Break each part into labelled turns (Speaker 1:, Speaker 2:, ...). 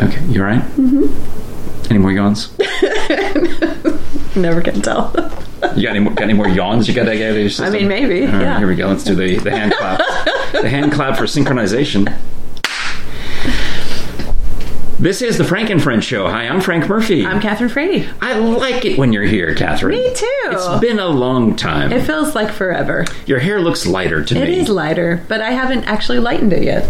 Speaker 1: Okay, you all right?
Speaker 2: Mm-hmm.
Speaker 1: Any more yawns?
Speaker 2: Never can tell.
Speaker 1: You got any more, got any more yawns you got to get out of your system?
Speaker 2: mean, maybe,
Speaker 1: All right,
Speaker 2: yeah.
Speaker 1: Here we go. Let's do the, the hand clap. the hand clap for synchronization. This is the Frank and Friend Show. Hi, I'm Frank Murphy.
Speaker 2: I'm Catherine Frady.
Speaker 1: I like it when you're here, Catherine.
Speaker 2: Me too.
Speaker 1: It's been a long time.
Speaker 2: It feels like forever.
Speaker 1: your hair looks lighter to
Speaker 2: It
Speaker 1: me.
Speaker 2: is lighter, but I haven't actually lightened it yet.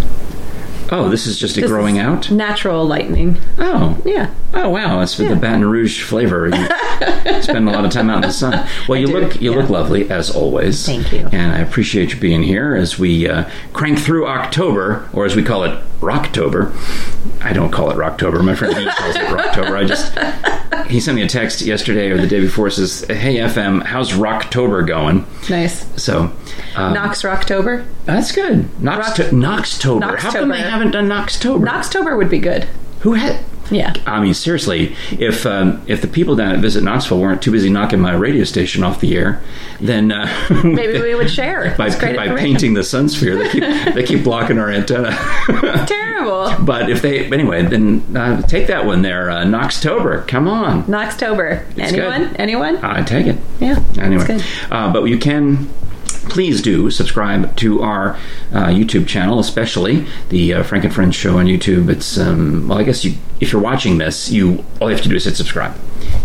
Speaker 1: oh, this is just a
Speaker 2: This
Speaker 1: growing
Speaker 2: is
Speaker 1: out.
Speaker 2: Natural lightening.
Speaker 1: Oh,
Speaker 2: Yeah.
Speaker 1: Oh wow, it's for the
Speaker 2: Yeah.
Speaker 1: Baton Rouge flavor. You spend a lot of time out in the sun. Well, you
Speaker 2: do,
Speaker 1: look you look lovely as always.
Speaker 2: Thank you.
Speaker 1: and I appreciate you being here as we uh, crank through October, or as we call it, Rocktober. I don't call it Rocktober. My friend Ian calls it Rocktober. I just he sent me a text yesterday or the day before. Says, "Hey FM, how's Rocktober going?"
Speaker 2: Nice.
Speaker 1: So um,
Speaker 2: Knox Rocktober.
Speaker 1: that's good. Knox
Speaker 2: Rock-
Speaker 1: Knoxtober. How come they
Speaker 2: Knoxtober.
Speaker 1: haven't done Knoxtober?
Speaker 2: Knoxtober would be good.
Speaker 1: Who had?
Speaker 2: Yeah.
Speaker 1: I mean, seriously, if um, if the people down at Visit Knoxville weren't too busy knocking my radio station off the air, then uh,
Speaker 2: Maybe we would share.
Speaker 1: by,
Speaker 2: It's great
Speaker 1: by
Speaker 2: information.
Speaker 1: painting the sun sphere, they keep they keep blocking our antenna.
Speaker 2: Terrible.
Speaker 1: but if they anyway, then uh, take that one there, uh, Knoxtober. Come on,
Speaker 2: Knoxtober.
Speaker 1: good.
Speaker 2: Anyone? Anyone?
Speaker 1: I take it.
Speaker 2: yeah. It's
Speaker 1: Anyway,
Speaker 2: good.
Speaker 1: uh, but you can. Please do subscribe to our uh, YouTube channel, especially the uh, Frank and Friends show on YouTube. It's um, well, I guess you, if you're watching this, you all you have to do is hit subscribe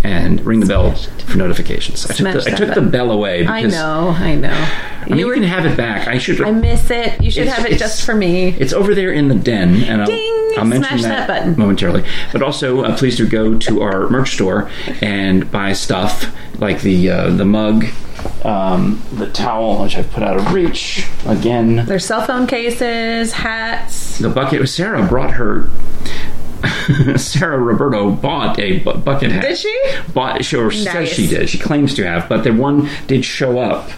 Speaker 1: and ring the bell for notifications. I took,
Speaker 2: Smash
Speaker 1: the, I
Speaker 2: that
Speaker 1: took the
Speaker 2: button.
Speaker 1: bell away
Speaker 2: I
Speaker 1: because
Speaker 2: know. I know.
Speaker 1: I mean, you, can have it back. I should.
Speaker 2: I miss it. You should
Speaker 1: It's-
Speaker 2: have it
Speaker 1: it's-
Speaker 2: just for me.
Speaker 1: It's over there in the den, and I'll,
Speaker 2: Ding!
Speaker 1: I'll mention
Speaker 2: Smash that button.
Speaker 1: momentarily. But also, uh, please do go to our merch store and buy stuff like the uh, the mug, um, the towel, which I've put out of reach again.
Speaker 2: There's cell phone cases, hats.
Speaker 1: The bucket. Sarah brought her. Sarah Roberto bought a bu- bucket hat.
Speaker 2: Did she?
Speaker 1: Bought. She or says
Speaker 2: Nice.
Speaker 1: she did. She claims to have, but the one did show up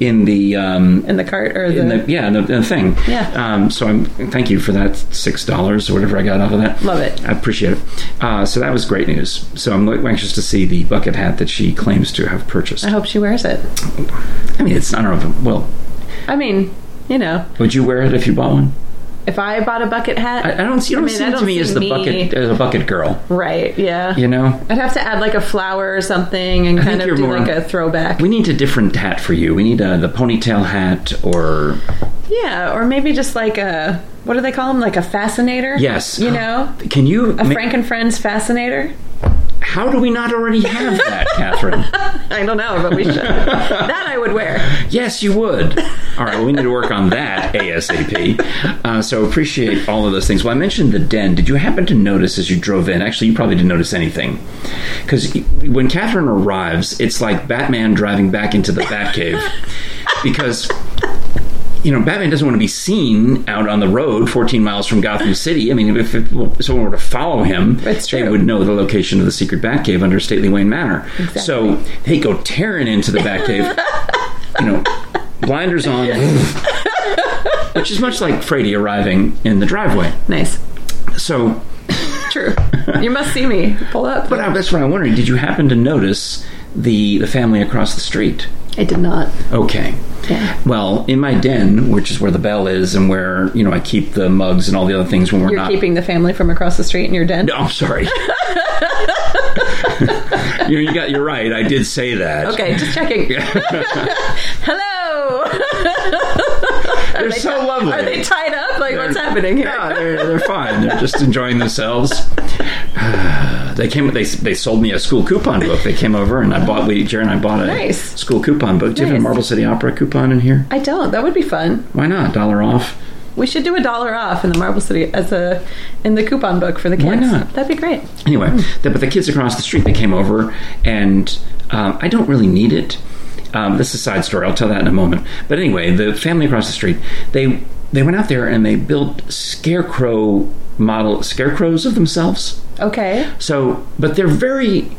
Speaker 1: in the um,
Speaker 2: In the cart or the,
Speaker 1: in the, yeah, in the, in the thing.
Speaker 2: Yeah.
Speaker 1: Um, so I'm thank you for that six dollars or whatever I got off of that.
Speaker 2: Love it.
Speaker 1: I appreciate it. Uh, so that was great news. So I'm lo- anxious to see the bucket hat that she claims to have purchased.
Speaker 2: I hope she wears it.
Speaker 1: I mean, it's I don't know. If, well,
Speaker 2: I mean, you know,
Speaker 1: would you wear it if you bought one?
Speaker 2: if I bought a bucket hat,
Speaker 1: I, I don't see. You
Speaker 2: I
Speaker 1: don't
Speaker 2: mean,
Speaker 1: seem
Speaker 2: I don't
Speaker 1: to me
Speaker 2: see
Speaker 1: as the
Speaker 2: me-
Speaker 1: bucket as a bucket girl.
Speaker 2: right? Yeah,
Speaker 1: You know.
Speaker 2: I'd have to add like a flower or something and kind
Speaker 1: you're
Speaker 2: of do
Speaker 1: more-
Speaker 2: like a throwback.
Speaker 1: We need a different hat for you. We need uh the ponytail hat or
Speaker 2: yeah, or maybe just like a what do they call them? Like a fascinator?
Speaker 1: yes.
Speaker 2: you know,
Speaker 1: Can you?
Speaker 2: a
Speaker 1: ma-
Speaker 2: Frank and Friends fascinator.
Speaker 1: how do we not already have that, Catherine?
Speaker 2: I don't know, but we should. that I would wear.
Speaker 1: Yes, you would. All right, well, we need to work on that ASAP. Uh, so appreciate all of those things. Well, I mentioned the den. Did you happen to notice as you drove in? Actually, you probably didn't notice anything. Because when Catherine arrives, it's like Batman driving back into the Batcave. because. You know, Batman doesn't want to be seen out on the road 14 miles from Gotham City. I mean, if, if someone were to follow him,
Speaker 2: It's
Speaker 1: they
Speaker 2: true.
Speaker 1: would know the location of the secret Batcave under Stately Wayne Manor. So they go tearing into the Batcave you know, blinders on, which is much like Frady arriving in the driveway.
Speaker 2: Nice,
Speaker 1: So,
Speaker 2: true. You must see me pull up.
Speaker 1: but I, that's what I'm wondering. Did you happen to notice the the family across the street?
Speaker 2: I did not.
Speaker 1: Okay.
Speaker 2: Yeah.
Speaker 1: Well, in my den, which is where the bell is, and where you know I keep the mugs and all the other things when we're
Speaker 2: You're
Speaker 1: not
Speaker 2: keeping the family from across the street in your den.
Speaker 1: No, I'm sorry. you, you got. You're right. I did say that.
Speaker 2: Okay, just checking. Hello.
Speaker 1: They're so lovely.
Speaker 2: Are they tied up? Like, what's happening here?
Speaker 1: No, they're, they're fine. They're just enjoying themselves. they came. They they sold me a school coupon book. They came over and I bought. We Jared and I bought a
Speaker 2: Nice.
Speaker 1: school coupon book. Do you have a
Speaker 2: Nice.
Speaker 1: Marble City Opera coupon in here?
Speaker 2: I don't. That would be fun.
Speaker 1: Why not? Dollar off.
Speaker 2: We should do a dollar off in the Marble City as a in the coupon book for the kids.
Speaker 1: not?
Speaker 2: That'd be great.
Speaker 1: Anyway,
Speaker 2: Hmm.
Speaker 1: the, but the kids across the street they came over and um, I don't really need it. Um, this is a side story. I'll tell that in a moment. But anyway, the family across the street they they went out there and they built scarecrow model scarecrows of themselves.
Speaker 2: Okay.
Speaker 1: So, but they're very,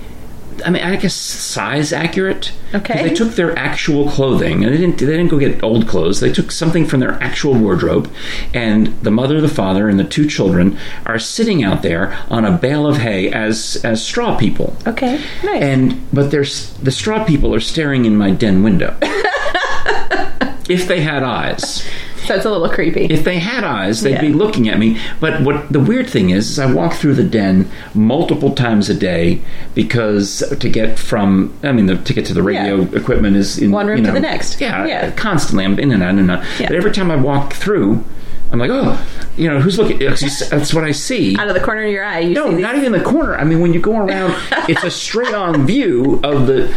Speaker 1: I mean, I guess size accurate. 'Cause
Speaker 2: Okay.
Speaker 1: They took their actual clothing, and they didn't. They didn't go get old clothes. They took something from their actual wardrobe, and the mother, the father, and the two children are sitting out there on a bale of hay as as straw people.
Speaker 2: Okay. Nice.
Speaker 1: And but there's the straw people are staring in my den window. if they had eyes.
Speaker 2: So it's a little creepy.
Speaker 1: If they had eyes, they'd be
Speaker 2: Yeah.
Speaker 1: looking at me. But what the weird thing is, is I walk through the den multiple times a day because to get from, I mean, the ticket to the radio
Speaker 2: Yeah.
Speaker 1: equipment is in
Speaker 2: One room
Speaker 1: you
Speaker 2: to
Speaker 1: know,
Speaker 2: the next.
Speaker 1: Yeah,
Speaker 2: Yeah.
Speaker 1: constantly. I'm in and out and out.
Speaker 2: Yeah.
Speaker 1: But every time I walk through, I'm like, oh, you know, who's looking? That's what I see.
Speaker 2: Out of the corner of your eye, you
Speaker 1: No,
Speaker 2: see these.
Speaker 1: not even the corner. I mean, when you go around, it's a straight-on view of the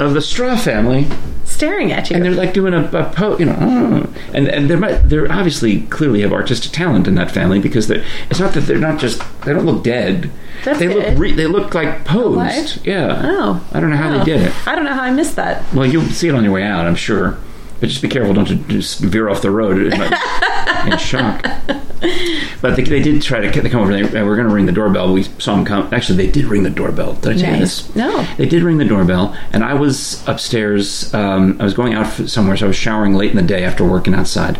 Speaker 1: of the Straw family,
Speaker 2: staring at you.
Speaker 1: and they're like doing a, a po, you know, "Oh." and and they're mu- they're obviously clearly have artistic talent in that family because they're it's not that they're not just they don't look dead.
Speaker 2: That's
Speaker 1: they look
Speaker 2: good.
Speaker 1: re, they look like posed.
Speaker 2: Alive?
Speaker 1: Yeah.
Speaker 2: oh,
Speaker 1: I don't know how
Speaker 2: wow.
Speaker 1: they did it.
Speaker 2: I don't know how I missed that.
Speaker 1: Well, you'll see it on your way out, I'm sure. But just be careful, don't you just veer off the road in, in shock. But they, they did try to get- they come over. They, they were going to ring the doorbell. We saw them come. Actually, they did ring the doorbell. Did I tell you
Speaker 2: Nice.
Speaker 1: this?
Speaker 2: No.
Speaker 1: They did ring the doorbell, and I was upstairs. Um, I was going out f- somewhere, so I was showering late in the day after working outside.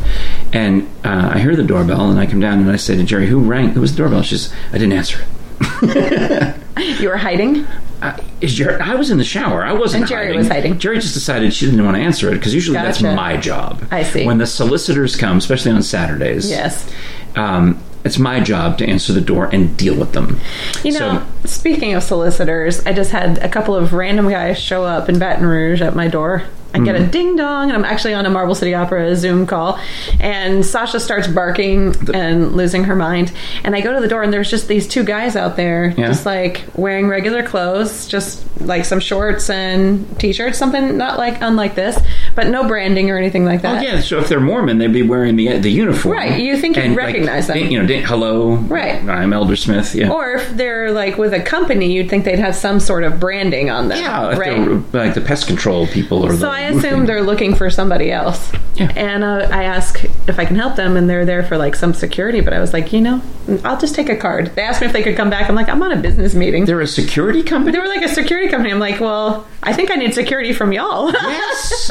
Speaker 1: And uh, I hear the doorbell, and I come down and I say to Jerry, "Who rang? Who was the doorbell?" She says, "I didn't answer it."
Speaker 2: You were hiding.
Speaker 1: I, is Jerry, I was in the shower. I wasn't.
Speaker 2: And Jerry
Speaker 1: hiding.
Speaker 2: was hiding.
Speaker 1: Jerry just decided she didn't want to answer it because usually that's
Speaker 2: Gotcha.
Speaker 1: my job.
Speaker 2: I see.
Speaker 1: When the solicitors come, especially on Saturdays.
Speaker 2: Yes.
Speaker 1: Um, it's my job to answer the door and deal with them.
Speaker 2: You
Speaker 1: So-
Speaker 2: know, speaking of solicitors, I just had a couple of random guys show up in Baton Rouge at my door. I get a
Speaker 1: Mm.
Speaker 2: ding dong, and I'm actually on a Marble City Opera Zoom call. And Sasha starts barking and losing her mind. And I go to the door, and there's just these two guys out there,
Speaker 1: Yeah.
Speaker 2: just like wearing regular clothes, just like some shorts and t shirts, something not like unlike this, but no branding or anything like that.
Speaker 1: Oh yeah. So if they're Mormon, they'd be wearing the the uniform.
Speaker 2: Right, you think you'd
Speaker 1: And,
Speaker 2: recognize them.
Speaker 1: ding- You know, ding, hello.
Speaker 2: Right.
Speaker 1: I'm Elder Smith. Yeah.
Speaker 2: Or if they're like with a company, you'd think they'd have some sort of branding on them.
Speaker 1: yeah. If
Speaker 2: right.
Speaker 1: they're like the pest control people or
Speaker 2: So
Speaker 1: the
Speaker 2: I assume they're looking for somebody else.
Speaker 1: Yeah.
Speaker 2: And uh, I ask if I can help them, and they're there for like some security. But I was like, you know, I'll just take a card. They asked me if they could come back. I'm like, I'm on a business meeting.
Speaker 1: they're a security company.
Speaker 2: they were like a security company. I'm like, well, I think I need security from y'all.
Speaker 1: Yes.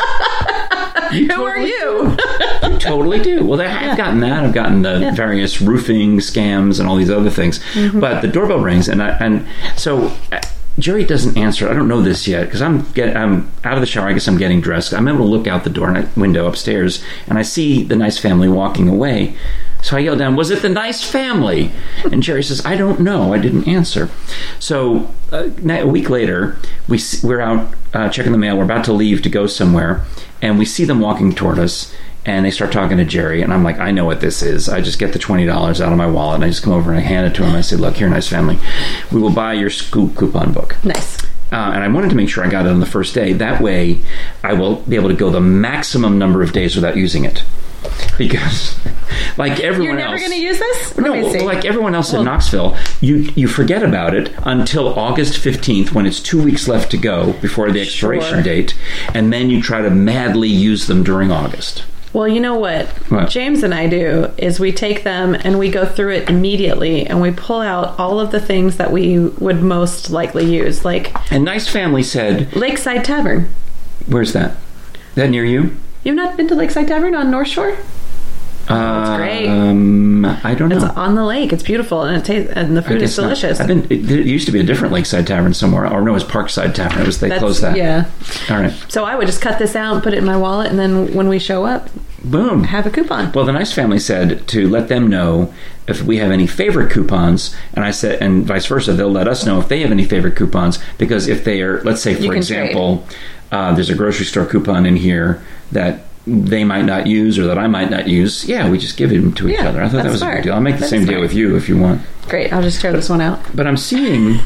Speaker 2: Who are you?
Speaker 1: You totally do. Well, that, I've gotten that. I've gotten the various roofing scams and all these other things. But the doorbell rings, and I, and so uh, Jerry doesn't answer. I don't know this yet because I'm get I'm out of the shower. I guess I'm getting dressed. I'm able to look out the door and I, window upstairs, and I see the nice family walking away. So I yell down, "Was it the nice family?" And Jerry says, "I don't know. I didn't answer." So uh, na- a week later, we s- we're out uh, checking the mail. We're about to leave to go somewhere, and we see them walking toward us and they start talking to Jerry, and I'm like, I know what this is. I just get the twenty dollars out of my wallet, and I just come over and I hand it to him. I say, Look, here, nice family, we will buy your scoop coupon book.
Speaker 2: nice.
Speaker 1: Uh, and I wanted to make sure I got it on the first day. That way, I will be able to go the maximum number of days without using it, because, like
Speaker 2: You're
Speaker 1: everyone
Speaker 2: never
Speaker 1: else,
Speaker 2: going to use this? Let me
Speaker 1: no,
Speaker 2: see.
Speaker 1: like everyone else
Speaker 2: Well-
Speaker 1: in Knoxville, you you forget about it until August fifteenth, when it's two weeks left to go before the expiration
Speaker 2: Sure.
Speaker 1: date, and then you try to madly use them during August.
Speaker 2: Well, you know what?
Speaker 1: What?
Speaker 2: James and I do is we take them and we go through it immediately and we pull out all of the things that we would most likely use, like
Speaker 1: And nice family said,
Speaker 2: Lakeside Tavern.
Speaker 1: "Where's that? Is that near you?"
Speaker 2: You've not been to Lakeside Tavern on North Shore?
Speaker 1: That's
Speaker 2: Oh, great.
Speaker 1: Um, I don't know.
Speaker 2: It's on the lake. It's beautiful and it tastes and the
Speaker 1: I
Speaker 2: food is
Speaker 1: guess not.
Speaker 2: delicious.
Speaker 1: I've been. It, there used to be a different lakeside tavern somewhere, or no, it was Parkside Tavern. It was they
Speaker 2: That's-
Speaker 1: closed that.
Speaker 2: Yeah.
Speaker 1: All right.
Speaker 2: So I would just cut this out, put it in my wallet, and then when we show up,
Speaker 1: Boom.
Speaker 2: have a coupon.
Speaker 1: Well, the nice family said to let them know if we have any favorite coupons, and I said, and vice versa, they'll let us know if they have any favorite coupons because if they are, let's say, for
Speaker 2: can
Speaker 1: example, uh, there's a grocery store coupon in here that they might not use or that I might not use. Yeah, we just give them to each
Speaker 2: Yeah,
Speaker 1: other. I thought that
Speaker 2: that's
Speaker 1: was a good
Speaker 2: smart.
Speaker 1: deal. I'll make the
Speaker 2: That's
Speaker 1: same deal
Speaker 2: smart.
Speaker 1: with you if you want.
Speaker 2: Great. I'll just share this one out.
Speaker 1: But I'm seeing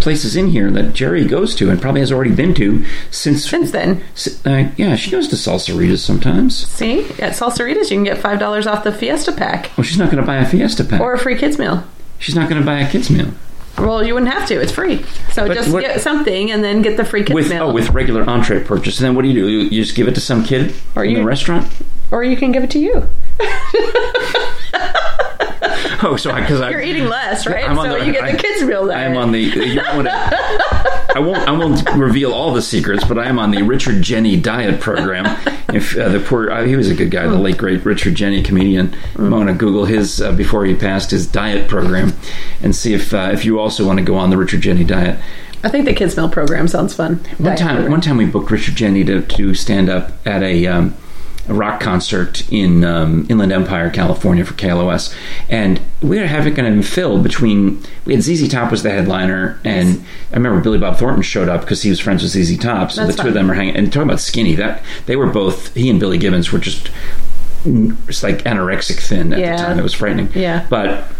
Speaker 1: places in here that Jerry goes to and probably has already been to since.
Speaker 2: Since then,
Speaker 1: s- uh, yeah, she goes to Salsaritas sometimes.
Speaker 2: see at Salsaritas you can get five dollars off the Fiesta pack
Speaker 1: Well, she's not going to buy a Fiesta pack.
Speaker 2: or a free kids meal.
Speaker 1: she's not going to buy a kids meal.
Speaker 2: Well, you wouldn't have to. It's free. So
Speaker 1: But
Speaker 2: just
Speaker 1: what-
Speaker 2: get something and then get the free kids
Speaker 1: with
Speaker 2: meal.
Speaker 1: oh with regular entree purchase. And then what do you do? You, you just give it to some kid
Speaker 2: Or
Speaker 1: in
Speaker 2: you-
Speaker 1: the restaurant?
Speaker 2: or you can give it to you.
Speaker 1: Oh, so because I,
Speaker 2: You're eating less, right?
Speaker 1: I'm on
Speaker 2: so
Speaker 1: the-
Speaker 2: you get
Speaker 1: I-
Speaker 2: the kids meal. Then.
Speaker 1: I am on the. You don't want to, I won't. I won't reveal all the secrets, but I am on the Richard Jenny diet program. If uh, the poor, uh, he was a good guy, the late great Richard Jenny comedian. I want to Google his uh, before he passed his diet program, and see if uh, if you also want to go on the Richard Jenny diet.
Speaker 2: I think the kids meal program sounds fun.
Speaker 1: One time, one time we booked Richard Jenny to, to stand up at a um, a rock concert in um, Inland Empire, California for KLOS, and we were having kind of fill between. We had ZZ Top was the headliner, and I remember Billy Bob Thornton showed up because he was friends with ZZ Top, so
Speaker 2: That's
Speaker 1: the two of
Speaker 2: fun.
Speaker 1: them were hanging. And talking about skinny, that they were both he and Billy Gibbons were just it's like anorexic thin at
Speaker 2: Yeah.
Speaker 1: the time. It was frightening.
Speaker 2: Yeah.
Speaker 1: but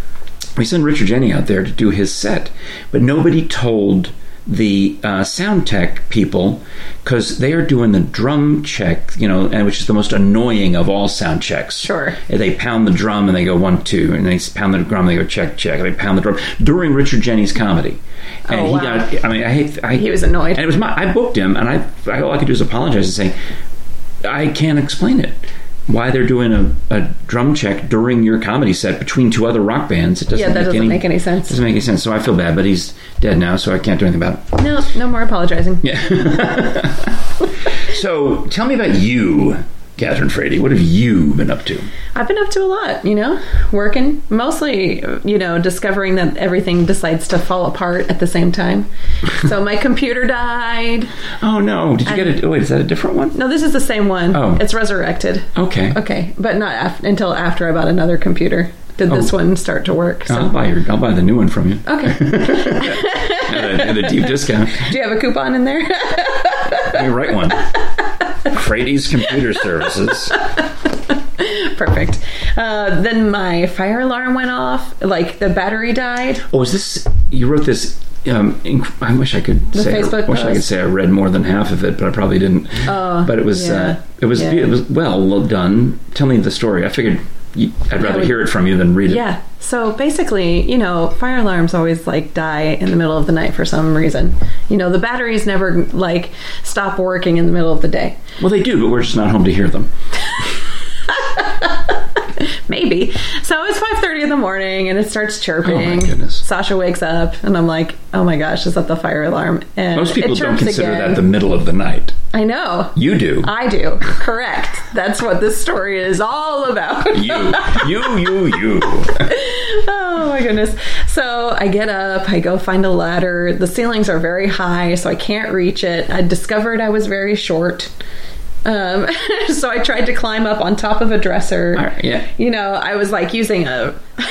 Speaker 1: we sent Richard Jenny out there to do his set, but nobody told the uh, sound tech people because they are doing the drum check, you know, and which is the most annoying of all sound checks.
Speaker 2: Sure.
Speaker 1: And they pound the drum and they go one two, and they pound the drum, they go check check, and they pound the drum during Richard Jenny's comedy, and
Speaker 2: Oh,
Speaker 1: he
Speaker 2: wow.
Speaker 1: got. I mean, I, hate- I
Speaker 2: He was annoyed.
Speaker 1: and it was my. I booked him, and I, I all I could do is apologize and say, I can't explain it. Why they're doing a, a drum check during your comedy set between two other rock bands? It doesn't
Speaker 2: Yeah, that
Speaker 1: make
Speaker 2: doesn't
Speaker 1: any,
Speaker 2: make any sense.
Speaker 1: Doesn't make any sense. So I feel bad, but he's dead now, so I can't do anything about it.
Speaker 2: No, no more apologizing.
Speaker 1: So tell me about you, Catherine Frady. What have you been up to?
Speaker 2: I've been up to a lot, you know, working mostly, you know, discovering that everything decides to fall apart at the same time. so my computer died.
Speaker 1: Oh no! Did you get a? oh, Wait, is that a different one?
Speaker 2: No, this is the same one.
Speaker 1: Oh.
Speaker 2: It's resurrected.
Speaker 1: Okay.
Speaker 2: Okay, but not af- until after I bought another computer did this
Speaker 1: Oh. Uh-huh.
Speaker 2: one start to work. So.
Speaker 1: I'll buy your. I'll buy the new one from you
Speaker 2: Okay.
Speaker 1: at a, at a deep discount.
Speaker 2: Do you have a coupon in there?
Speaker 1: Let me write one. Frady's Computer Services.
Speaker 2: Perfect. Uh, then my fire alarm went off. Like the battery died.
Speaker 1: Oh, is this? You wrote this. Um, inc- I wish I could say.
Speaker 2: Facebook
Speaker 1: I wish I could
Speaker 2: post.
Speaker 1: say I read more than half of it, but I probably didn't.
Speaker 2: Oh,
Speaker 1: but it was.
Speaker 2: yeah,
Speaker 1: Uh, it was.
Speaker 2: yeah.
Speaker 1: It was well done. Tell me the story. I figured you, I'd rather
Speaker 2: would-
Speaker 1: hear it from you than read it.
Speaker 2: Yeah. So basically, you know, fire alarms always like die in the middle of the night for some reason. You know, the batteries never like stop working in the middle of the day.
Speaker 1: Well, they do, but we're just not home to hear them.
Speaker 2: Maybe. So it's 5:30 in the morning and it starts chirping.
Speaker 1: Oh, my goodness.
Speaker 2: Sasha wakes up and I'm like, "Oh my gosh, is that the fire alarm?" And
Speaker 1: Most people
Speaker 2: it
Speaker 1: don't
Speaker 2: chirps
Speaker 1: consider
Speaker 2: again.
Speaker 1: that the middle of the night.
Speaker 2: I know.
Speaker 1: You do.
Speaker 2: I do. Correct. That's what this story is all about.
Speaker 1: you, you, you, you.
Speaker 2: Oh my goodness. So I get up, I go find a ladder. The ceilings are very high, so I can't reach it. I discovered I was very short. Um, so I tried to climb up on top of a dresser.
Speaker 1: All right, yeah.
Speaker 2: You know, I was like using a.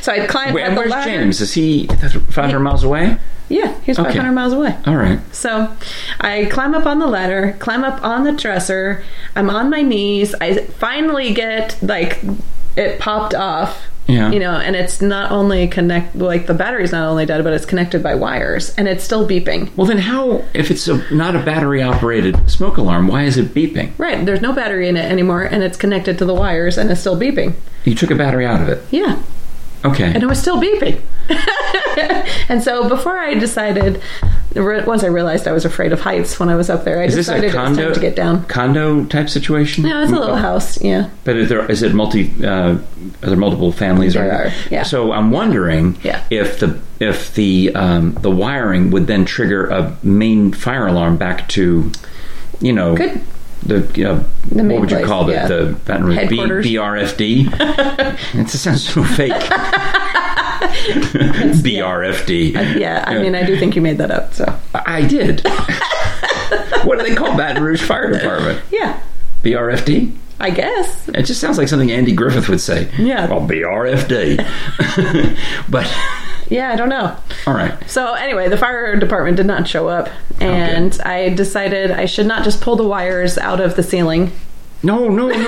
Speaker 2: so I climbed
Speaker 1: Wait,
Speaker 2: up
Speaker 1: and
Speaker 2: the
Speaker 1: where's
Speaker 2: ladder.
Speaker 1: James? Is he 500 miles away?
Speaker 2: Yeah, he's
Speaker 1: Okay.
Speaker 2: 500 miles away.
Speaker 1: All right.
Speaker 2: So I climb up on the ladder, climb up on the dresser. I'm on my knees. I finally get like it popped off.
Speaker 1: Yeah.
Speaker 2: You know, and it's not only connect like the battery's not only dead, but it's connected by wires and it's still beeping.
Speaker 1: Well, then how, if it's a, not a battery operated smoke alarm, why is it beeping?
Speaker 2: Right, there's no battery in it anymore and it's connected to the wires and it's still beeping.
Speaker 1: You took a battery out of it.
Speaker 2: Yeah.
Speaker 1: Okay.
Speaker 2: and it was still beeping. and so before I decided, re- once I realized I was afraid of heights when I was up there, I
Speaker 1: Is this
Speaker 2: decided
Speaker 1: a
Speaker 2: it was
Speaker 1: condo Mm,
Speaker 2: time to get down.
Speaker 1: Condo type situation? Oh.
Speaker 2: No, it's a little house. Yeah,
Speaker 1: But is there is it multi? Uh, are there multiple families?
Speaker 2: There
Speaker 1: or-
Speaker 2: are, yeah.
Speaker 1: So I'm wondering
Speaker 2: Yeah.
Speaker 1: if the if the um, the wiring would then trigger a main fire alarm back to, you know,
Speaker 2: Could.
Speaker 1: the uh,
Speaker 2: The main
Speaker 1: what would you
Speaker 2: place,
Speaker 1: call it?
Speaker 2: yeah.
Speaker 1: The Baton Rouge B,
Speaker 2: Headquarters.
Speaker 1: BRFD. it sounds so fake. BRFD.
Speaker 2: yeah. I mean, I do think you made that up. So
Speaker 1: I did. what do they call Baton Rouge Fire Department?
Speaker 2: yeah,
Speaker 1: BRFD?
Speaker 2: I guess.
Speaker 1: It just sounds like something Andy Griffith would say.
Speaker 2: Yeah.
Speaker 1: Well, BRFD. but,
Speaker 2: Yeah, I don't know.
Speaker 1: all right.
Speaker 2: So anyway, the fire department did not show up, and I decided I should not just pull the wires out of the ceiling.
Speaker 1: No, no, no.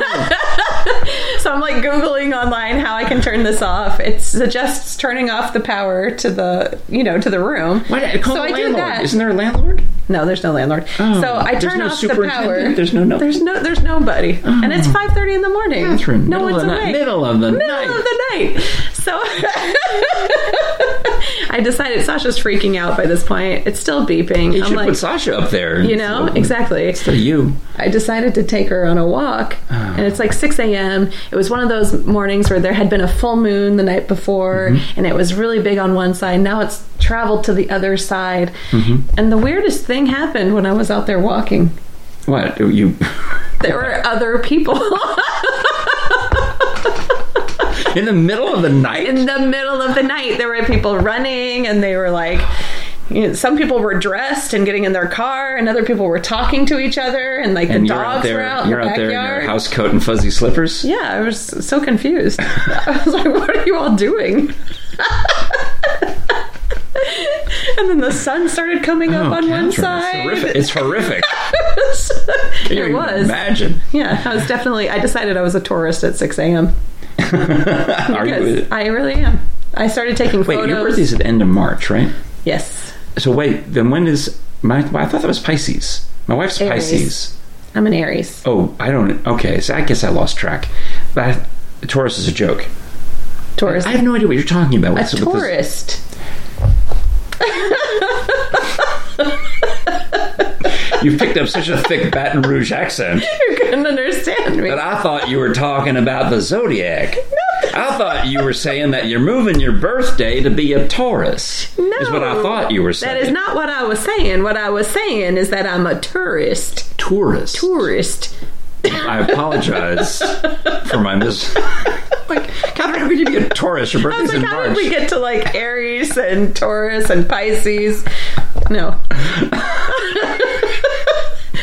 Speaker 2: So I'm like googling online how I can turn this off. It suggests turning off the power to the you know to the room.
Speaker 1: Why, call
Speaker 2: so
Speaker 1: the
Speaker 2: I
Speaker 1: landlord.
Speaker 2: did that.
Speaker 1: Isn't there a landlord?
Speaker 2: No, there's no landlord.
Speaker 1: Oh,
Speaker 2: so I
Speaker 1: there's
Speaker 2: turn
Speaker 1: no
Speaker 2: off the power.
Speaker 1: superintendent? There's no no-
Speaker 2: There's no. There's nobody. And it's 5:30 in the morning.
Speaker 1: Catherine,
Speaker 2: no
Speaker 1: Oh. middle
Speaker 2: one's
Speaker 1: of the
Speaker 2: awake.
Speaker 1: night- middle of the night.
Speaker 2: Middle of the night. So I decided Sasha's freaking out by this point. It's still beeping.
Speaker 1: You
Speaker 2: I'm
Speaker 1: should
Speaker 2: like,
Speaker 1: put Sasha up there.
Speaker 2: you know, exactly.
Speaker 1: Instead of you.
Speaker 2: I decided to take her on a walk,
Speaker 1: Oh.
Speaker 2: and it's like 6 a.m. It was one of those mornings where there had been a full moon the night before,
Speaker 1: Mm-hmm.
Speaker 2: and it was really big on one side. Now it's traveled to the other side.
Speaker 1: Mm-hmm.
Speaker 2: And the weirdest thing happened when I was out there walking
Speaker 1: What? You.
Speaker 2: there were other people
Speaker 1: In the middle of the night?
Speaker 2: in the middle of the night. There were people running, and they were like, you know, some people were dressed and getting in their car, and other people were talking to each other, and like
Speaker 1: And
Speaker 2: the
Speaker 1: you're out
Speaker 2: dogs
Speaker 1: there,
Speaker 2: were out. in
Speaker 1: you're
Speaker 2: the
Speaker 1: out there in your
Speaker 2: backyard.
Speaker 1: house coat and fuzzy slippers.
Speaker 2: Yeah, I was so confused. I was like, what are you all doing? and then the sun started coming up
Speaker 1: Oh,
Speaker 2: on
Speaker 1: Catherine,
Speaker 2: one
Speaker 1: it's
Speaker 2: side.
Speaker 1: horrific. It's horrific. Can
Speaker 2: it
Speaker 1: you
Speaker 2: was.
Speaker 1: Imagine.
Speaker 2: Yeah, I was definitely, I decided I was a tourist at 6 a.m.
Speaker 1: Are
Speaker 2: Because
Speaker 1: you?
Speaker 2: I really am. I started taking
Speaker 1: Wait,
Speaker 2: photos.
Speaker 1: your birthday's at the end of March, right?
Speaker 2: Yes.
Speaker 1: So wait, then when is my? I thought that was Pisces. My wife's
Speaker 2: Aries.
Speaker 1: Pisces.
Speaker 2: I'm an Aries.
Speaker 1: Oh, I don't. Okay, so I guess I lost track. But I, Taurus is a joke.
Speaker 2: Taurus.
Speaker 1: I have no idea what you're talking about.
Speaker 2: a
Speaker 1: What's- what this-
Speaker 2: tourist.
Speaker 1: You've picked up such a thick Baton Rouge accent
Speaker 2: You couldn't understand me.
Speaker 1: that I thought you were talking about the zodiac. I thought you were saying that you're moving your birthday to be a Taurus.
Speaker 2: no.
Speaker 1: Is what I thought you were saying.
Speaker 2: That is not what I was saying. What I was saying is that I'm a tourist.
Speaker 1: Taurus.
Speaker 2: Tourist.
Speaker 1: I apologize for my mis. like, Catherine, how could you be a Taurus? Your
Speaker 2: I was
Speaker 1: birthday's
Speaker 2: like,
Speaker 1: in
Speaker 2: how did
Speaker 1: March.
Speaker 2: we get to like Aries and Taurus and Pisces? No.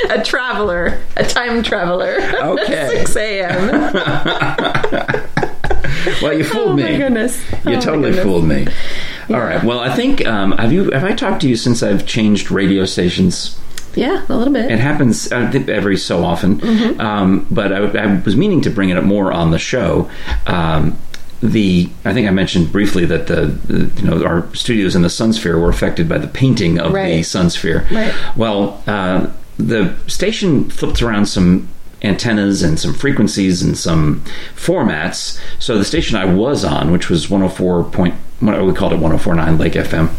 Speaker 2: a traveler, a time traveler.
Speaker 1: Okay.
Speaker 2: 6 a.m.
Speaker 1: well, you fooled
Speaker 2: Oh
Speaker 1: me.
Speaker 2: my goodness.
Speaker 1: You
Speaker 2: Oh my
Speaker 1: totally
Speaker 2: goodness.
Speaker 1: fooled me. All right. Well, I think um, have you have I talked to you since I've changed radio stations?
Speaker 2: Yeah, a little bit.
Speaker 1: It happens uh, th- every so often,
Speaker 2: Mm-hmm.
Speaker 1: um, but I, I was meaning to bring it up more on the show. Um, the I think I mentioned briefly that the, the you know our studios in the Sunsphere were affected by the painting of
Speaker 2: Right.
Speaker 1: the Sunsphere.
Speaker 2: Right.
Speaker 1: Well, uh, the station flipped around some antennas and some frequencies and some formats. So the station I was on, which was 104 point, what we called it 104.9 Lake FM.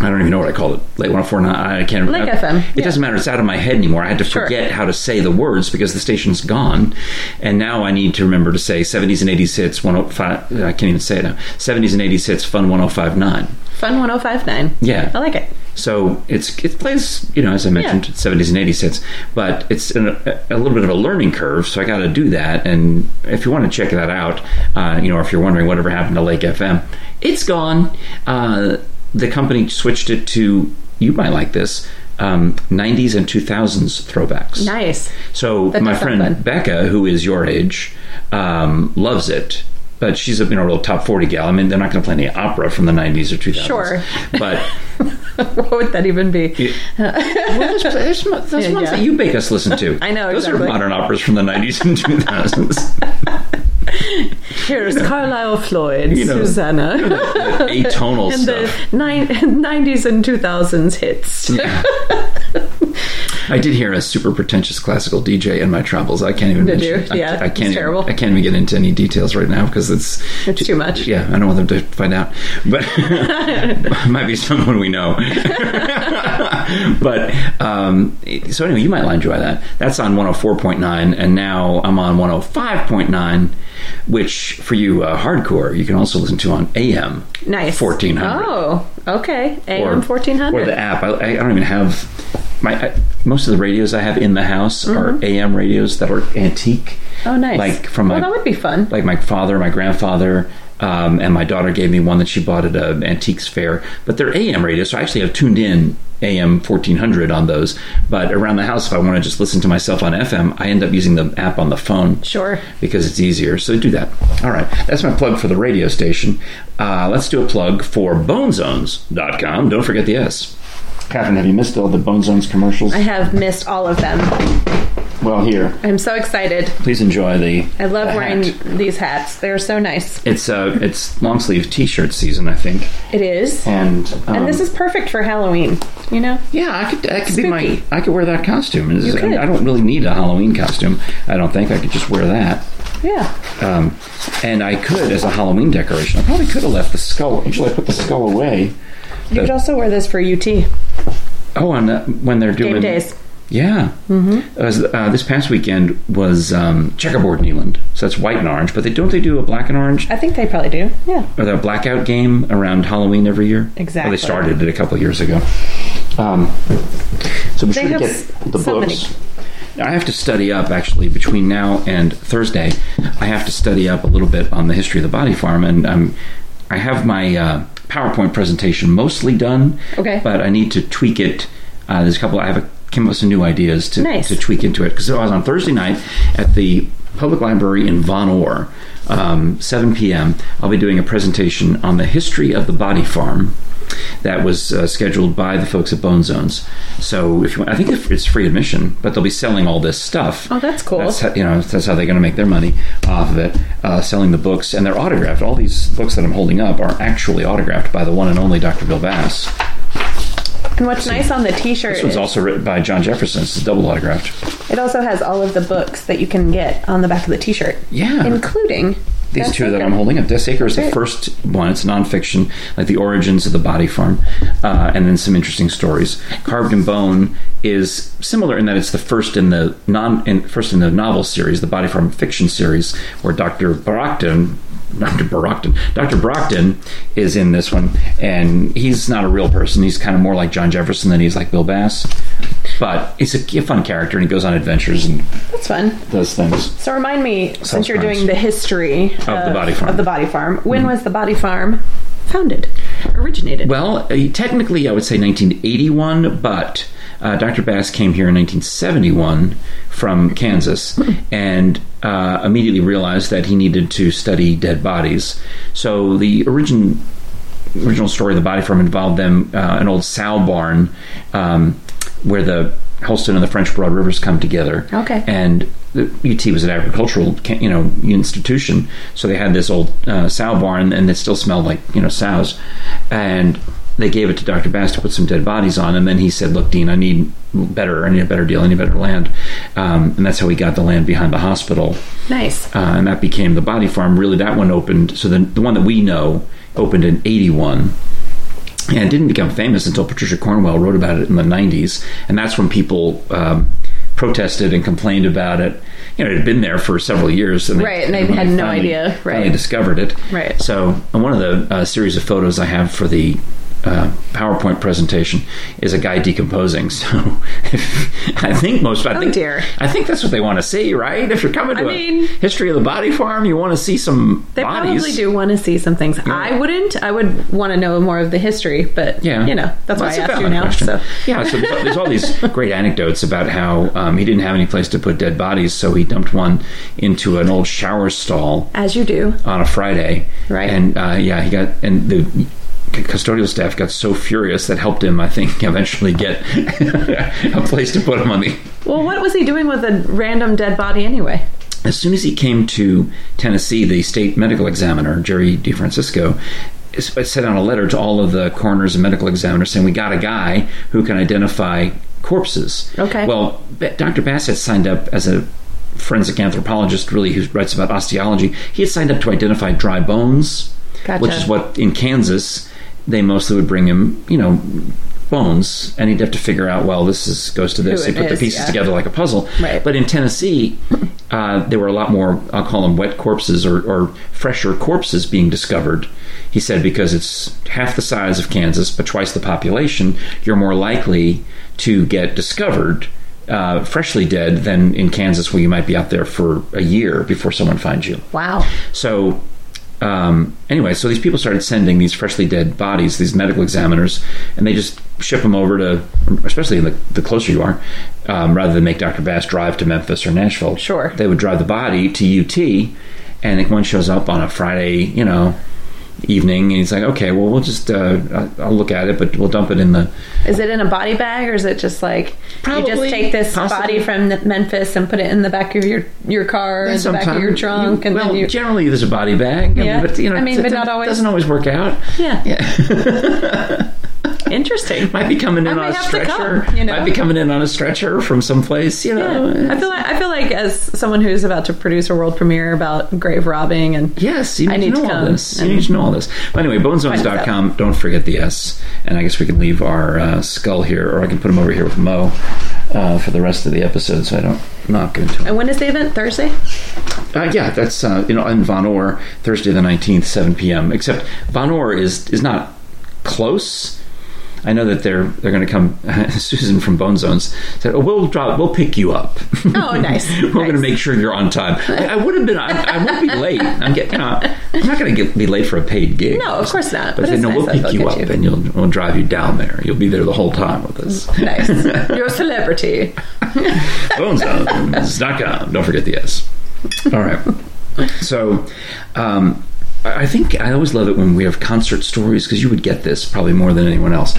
Speaker 1: I don't even know what I called it. Lake 104.9. I can't remember.
Speaker 2: Lake FM,
Speaker 1: It
Speaker 2: yeah.
Speaker 1: doesn't matter. It's out of my head anymore. I had to
Speaker 2: Sure.
Speaker 1: forget how to say the words because the station's gone. And now I need to remember to say 70s and 80s hits 105. I can't even say it now. 70s and 80s hits Fun 105.9.
Speaker 2: Fun 1059.
Speaker 1: Yeah.
Speaker 2: I like it.
Speaker 1: So it's it plays you know as I mentioned
Speaker 2: Yeah.
Speaker 1: 70s and 80s hits, but it's an, a, a little bit of a learning curve. So I got to do that. And if you want to check that out, uh, you know, or if you're wondering whatever happened to Lake FM, it's gone. Uh, the company switched it to you might like this um, 90s and 2000s throwbacks.
Speaker 2: Nice.
Speaker 1: So
Speaker 2: That
Speaker 1: my
Speaker 2: does sound
Speaker 1: friend
Speaker 2: fun.
Speaker 1: Becca, who is your age, um, loves it. But she's a you know, real top 40 gal. I mean, they're not going to play any opera from the 90s or 2000s.
Speaker 2: Sure.
Speaker 1: But
Speaker 2: what would that even be?
Speaker 1: it- well, there's, there's, mo- there's
Speaker 2: Yeah,
Speaker 1: ones
Speaker 2: yeah.
Speaker 1: that you make us listen to.
Speaker 2: I know,
Speaker 1: Those
Speaker 2: exactly.
Speaker 1: are modern operas from the 90s and 2000s.
Speaker 2: Here's Carlisle Floyd,
Speaker 1: You know,
Speaker 2: Susanna.
Speaker 1: Atonal
Speaker 2: and the
Speaker 1: stuff.
Speaker 2: nine, 90s and 2000s hits.
Speaker 1: I did hear a super pretentious classical DJ in my travels. I can't even.
Speaker 2: Did
Speaker 1: mention-
Speaker 2: you? Yeah,
Speaker 1: I, I can't.
Speaker 2: it's
Speaker 1: even-
Speaker 2: terrible.
Speaker 1: I can't even get into any details right now because it's
Speaker 2: It's too much.
Speaker 1: Yeah, I don't want them to find out, but it might be someone we know. but um, so anyway, you might enjoy that. That's on 104.9, and now I'm on 105.9, which for you uh, hardcore, you can also listen to on AM.
Speaker 2: Nice.
Speaker 1: 1400.
Speaker 2: Oh, okay. AM
Speaker 1: Or-
Speaker 2: 1400.
Speaker 1: Or the app. I, I don't even have my I, most of the radios I have in the house are AM radios that are antique.
Speaker 2: Mm-hmm. Oh, nice.
Speaker 1: Like from
Speaker 2: well,
Speaker 1: my
Speaker 2: that would be fun.
Speaker 1: like my father, my grandfather, um, and my daughter gave me one that she bought at an antiques fair. But they're AM radios, so I actually have tuned in AM fourteen hundred on those. But around the house, if I want to just listen to myself on FM, I end up using the app on the phone.
Speaker 2: Sure.
Speaker 1: Because it's easier, so do that. All right, that's my plug for the radio station. Uh, let's do a plug for BoneZones.com. Don't forget the S. Catherine, have you missed all the BoneZones commercials?
Speaker 2: I have missed all of them.
Speaker 1: well, here,
Speaker 2: I'm so excited.
Speaker 1: please enjoy the.
Speaker 2: I love
Speaker 1: the
Speaker 2: wearing
Speaker 1: hat.
Speaker 2: these hats. They're so nice.
Speaker 1: It's uh, it's long sleeve T-shirt season, I think.
Speaker 2: It is.
Speaker 1: and um,
Speaker 2: and this is perfect for Halloween, you know?
Speaker 1: yeah, I could that could be my
Speaker 2: Spooky.
Speaker 1: I could wear that costume. It's-
Speaker 2: You
Speaker 1: I, mean,
Speaker 2: could.
Speaker 1: I don't really need a Halloween costume. I don't think I could just wear that.
Speaker 2: Yeah.
Speaker 1: Um, and I could as a Halloween decoration. I probably could have left the skull. Usually I put the skull away.
Speaker 2: You could also wear this for UT game
Speaker 1: Oh, and uh, when they're doing
Speaker 2: days.
Speaker 1: Yeah. Mm-hmm. uh, this past weekend was um, checkerboard Neyland. So that's white and orange. But they don't they do a black and orange?
Speaker 2: I think they probably do. Yeah.
Speaker 1: or the blackout game around Halloween every year.
Speaker 2: Exactly.
Speaker 1: Or they started it a couple years ago. Um, so be
Speaker 2: They
Speaker 1: sure to
Speaker 2: have
Speaker 1: get
Speaker 2: s-
Speaker 1: the
Speaker 2: so many.
Speaker 1: books. I have to study up actually between now and Thursday. I have to study up a little bit on the history of the body farm, and um, I have my uh, PowerPoint presentation mostly done.
Speaker 2: Okay.
Speaker 1: But I need to tweak it. Uh, there's a couple. I have a, came up with some new ideas to
Speaker 2: Nice.
Speaker 1: to tweak into it because I was on Thursday night at the public library in Von Orr, um, 7 p.m. I'll be doing a presentation on the history of the body farm. That was uh, scheduled by the folks at Bone Zones. So, if you want, I think it's free admission, but they'll be selling all this stuff.
Speaker 2: Oh, that's cool.
Speaker 1: That's how, you know, that's how they're going to make their money off of it, uh, selling the books, and they're autographed. All these books that I'm holding up are actually autographed by the one and only Dr. Bill Bass.
Speaker 2: And what's nice on the T-shirt
Speaker 1: This one's
Speaker 2: is
Speaker 1: also written by John Jefferson. It's double autographed.
Speaker 2: it also has all of the books that you can get on the back of the T-shirt.
Speaker 1: Yeah.
Speaker 2: includuding
Speaker 1: These
Speaker 2: Best
Speaker 1: two that
Speaker 2: Acre.
Speaker 1: I'm holding up. Death Acre is the
Speaker 2: Great.
Speaker 1: first one. It's nonfiction, like the origins of the body farm, uh, and then some interesting stories. Carved in Bone is similar in that it's the first in the non in, first in the novel series, the body farm fiction series, where Dr. Brockton. Dr. Brockton. Dr. Brockton is in this one, and he's not a real person. He's kind of more like John Jefferson than he's like Bill Bass. But he's a fun character, and he goes on adventures and
Speaker 2: That's fun.
Speaker 1: does things.
Speaker 2: So remind me, since you're
Speaker 1: Sounds
Speaker 2: doing the history of,
Speaker 1: the body farm. Mm-hmm.
Speaker 2: of the body farm, when was the body farm founded, originated?
Speaker 1: Well, uh, technically, I would say 1981, but uh, Dr. Bass came here in 1971 from Kansas and uh, immediately realized that he needed to study dead bodies. So the origin, original story of the body farm involved them uh, an old sow barn um, where the Holston and the French Broad Rivers come together.
Speaker 2: Okay.
Speaker 1: And the UT was an agricultural, ca- you know, institution, so they had this old uh, sow barn, and it still smelled like you know sows. And they gave it to Dr. Bass to put some dead bodies on, and then he said, "Look, Dean, I need better. I need a better deal. I need better land." Um, and that's how he got the land behind the hospital
Speaker 2: nice.
Speaker 1: uh, and that became the Body Farm. Really, that one opened. So the the one that we know opened in '81. And it didn't become famous until Patricia Cornwell wrote about it in the 90s. And that's when people um, protested and complained about it. You know, it had been there for several years. And
Speaker 2: Right, and they
Speaker 1: everyone
Speaker 2: had no
Speaker 1: finally-
Speaker 2: idea, right.
Speaker 1: finally discovered it.
Speaker 2: Right.
Speaker 1: So, and one of the uh, series of photos I have for the uh, PowerPoint presentation is a guy decomposing. So, if, I think most. I
Speaker 2: Oh,
Speaker 1: think,
Speaker 2: dear.
Speaker 1: I think that's what they want to see, right? If you're coming to a
Speaker 2: I mean-
Speaker 1: history of the body farm, you want to see some
Speaker 2: They
Speaker 1: bodies.
Speaker 2: probably do want to see some things. I wouldn't. I would want to know more of the history, but
Speaker 1: Yeah,
Speaker 2: you know that's why I
Speaker 1: a
Speaker 2: asked you
Speaker 1: valid
Speaker 2: now.
Speaker 1: question.
Speaker 2: So
Speaker 1: yeah, so there's, there's all these great anecdotes about how um, he didn't have any place to put dead bodies, so he dumped one into an old shower stall
Speaker 2: as you do,
Speaker 1: on a Friday.
Speaker 2: Right.
Speaker 1: And uh, yeah, he got and the c- custodial staff got so furious that helped him, I think, eventually get a place to put him on the.
Speaker 2: well, what was he doing with a random dead body anyway?
Speaker 1: As soon as he came to Tennessee, the state medical examiner, Jerry DeFrancisco, s- uh, sent out a letter to all of the coroners and medical examiners saying, We got a guy who can identify corpses.
Speaker 2: Okay.
Speaker 1: Well, B- Dr. Bassett signed up as a forensic anthropologist, really, who writes about osteology. He had signed up to identify dry bones,
Speaker 2: Gotcha.
Speaker 1: which is what in Kansas they mostly would bring him, you know. Bones, and he'd have to figure out. Well, this is goes to this.
Speaker 2: Who
Speaker 1: He
Speaker 2: it
Speaker 1: put
Speaker 2: is,
Speaker 1: the pieces
Speaker 2: yeah.
Speaker 1: together like a puzzle.
Speaker 2: Right.
Speaker 1: But in Tennessee, uh, there were a lot more, I'll call them wet corpses or, or fresher corpses being discovered. He said because it's half the size of Kansas, but twice the population, you're more likely to get discovered uh, freshly dead than in Kansas, where you might be out there for a year before someone finds you.
Speaker 2: Wow.
Speaker 1: So, um, anyway, so these people started sending these freshly dead bodies, these medical examiners, and they just ship them over to, especially the, the closer you are, um, rather than make Dr. Bass drive to Memphis or Nashville.
Speaker 2: Sure.
Speaker 1: They would drive the body to UT, and if one shows up on a Friday, you know, evening, and he's like, okay, well, we'll just, uh, I'll- I'll look at it, but we'll dump it in the.
Speaker 2: Is it in a body bag, or is it just like you
Speaker 1: Probably,
Speaker 2: just take this
Speaker 1: possibly.
Speaker 2: body from Memphis and put it in the back of your your car, in the back of
Speaker 1: Sometime-
Speaker 2: your trunk, and
Speaker 1: well,
Speaker 2: then you
Speaker 1: generally there's a body bag.
Speaker 2: Yeah.
Speaker 1: but, you know,
Speaker 2: I mean,
Speaker 1: it
Speaker 2: but not always-
Speaker 1: doesn't always work out.
Speaker 2: yeah, interesting.
Speaker 1: Might be coming in
Speaker 2: I may
Speaker 1: on a
Speaker 2: have to
Speaker 1: stretcher.
Speaker 2: come, you know?
Speaker 1: Might be coming in on a stretcher from someplace. You know.
Speaker 2: Yeah. I feel like I feel like as someone who's about to produce a world premiere about grave robbing and
Speaker 1: Yes, you need,
Speaker 2: I need
Speaker 1: to know
Speaker 2: to
Speaker 1: all
Speaker 2: come
Speaker 1: this. You
Speaker 2: and-
Speaker 1: need to know all this. But anyway, bonezones.com. Don't forget the S. And I guess we can leave our uh, skull here, or I can put him over here with Mo uh, for the rest of the episode, so I don't knock into him.
Speaker 2: and when is the event Thursday? Oh.
Speaker 1: Uh, yeah, that's uh, you know in Von Orr Thursday the nineteenth, seven p.m. Except Von Orr is is not close. I know that they're they're going to come. Susan from Bone Zones said, "Oh, we'll drop, we'll pick you up.
Speaker 2: Oh, nice.
Speaker 1: We're going to
Speaker 2: Nice.
Speaker 1: make sure you're on time." I, I would have been. I, I won't be late. I'm getting. You know, I'm not going to be late for a paid gig.
Speaker 2: No, of course not,
Speaker 1: But,
Speaker 2: but
Speaker 1: they said,
Speaker 2: it's
Speaker 1: no,
Speaker 2: nice
Speaker 1: we'll
Speaker 2: that
Speaker 1: pick
Speaker 2: they'll
Speaker 1: you
Speaker 2: get
Speaker 1: up
Speaker 2: you.
Speaker 1: and you'll we'll drive you down there. You'll be there the whole time with us.
Speaker 2: Nice. You're a celebrity.
Speaker 1: bonezones.com. Don't forget the S. All right. So, um, I I think I always love it when we have concert stories because you would get this probably more than anyone else.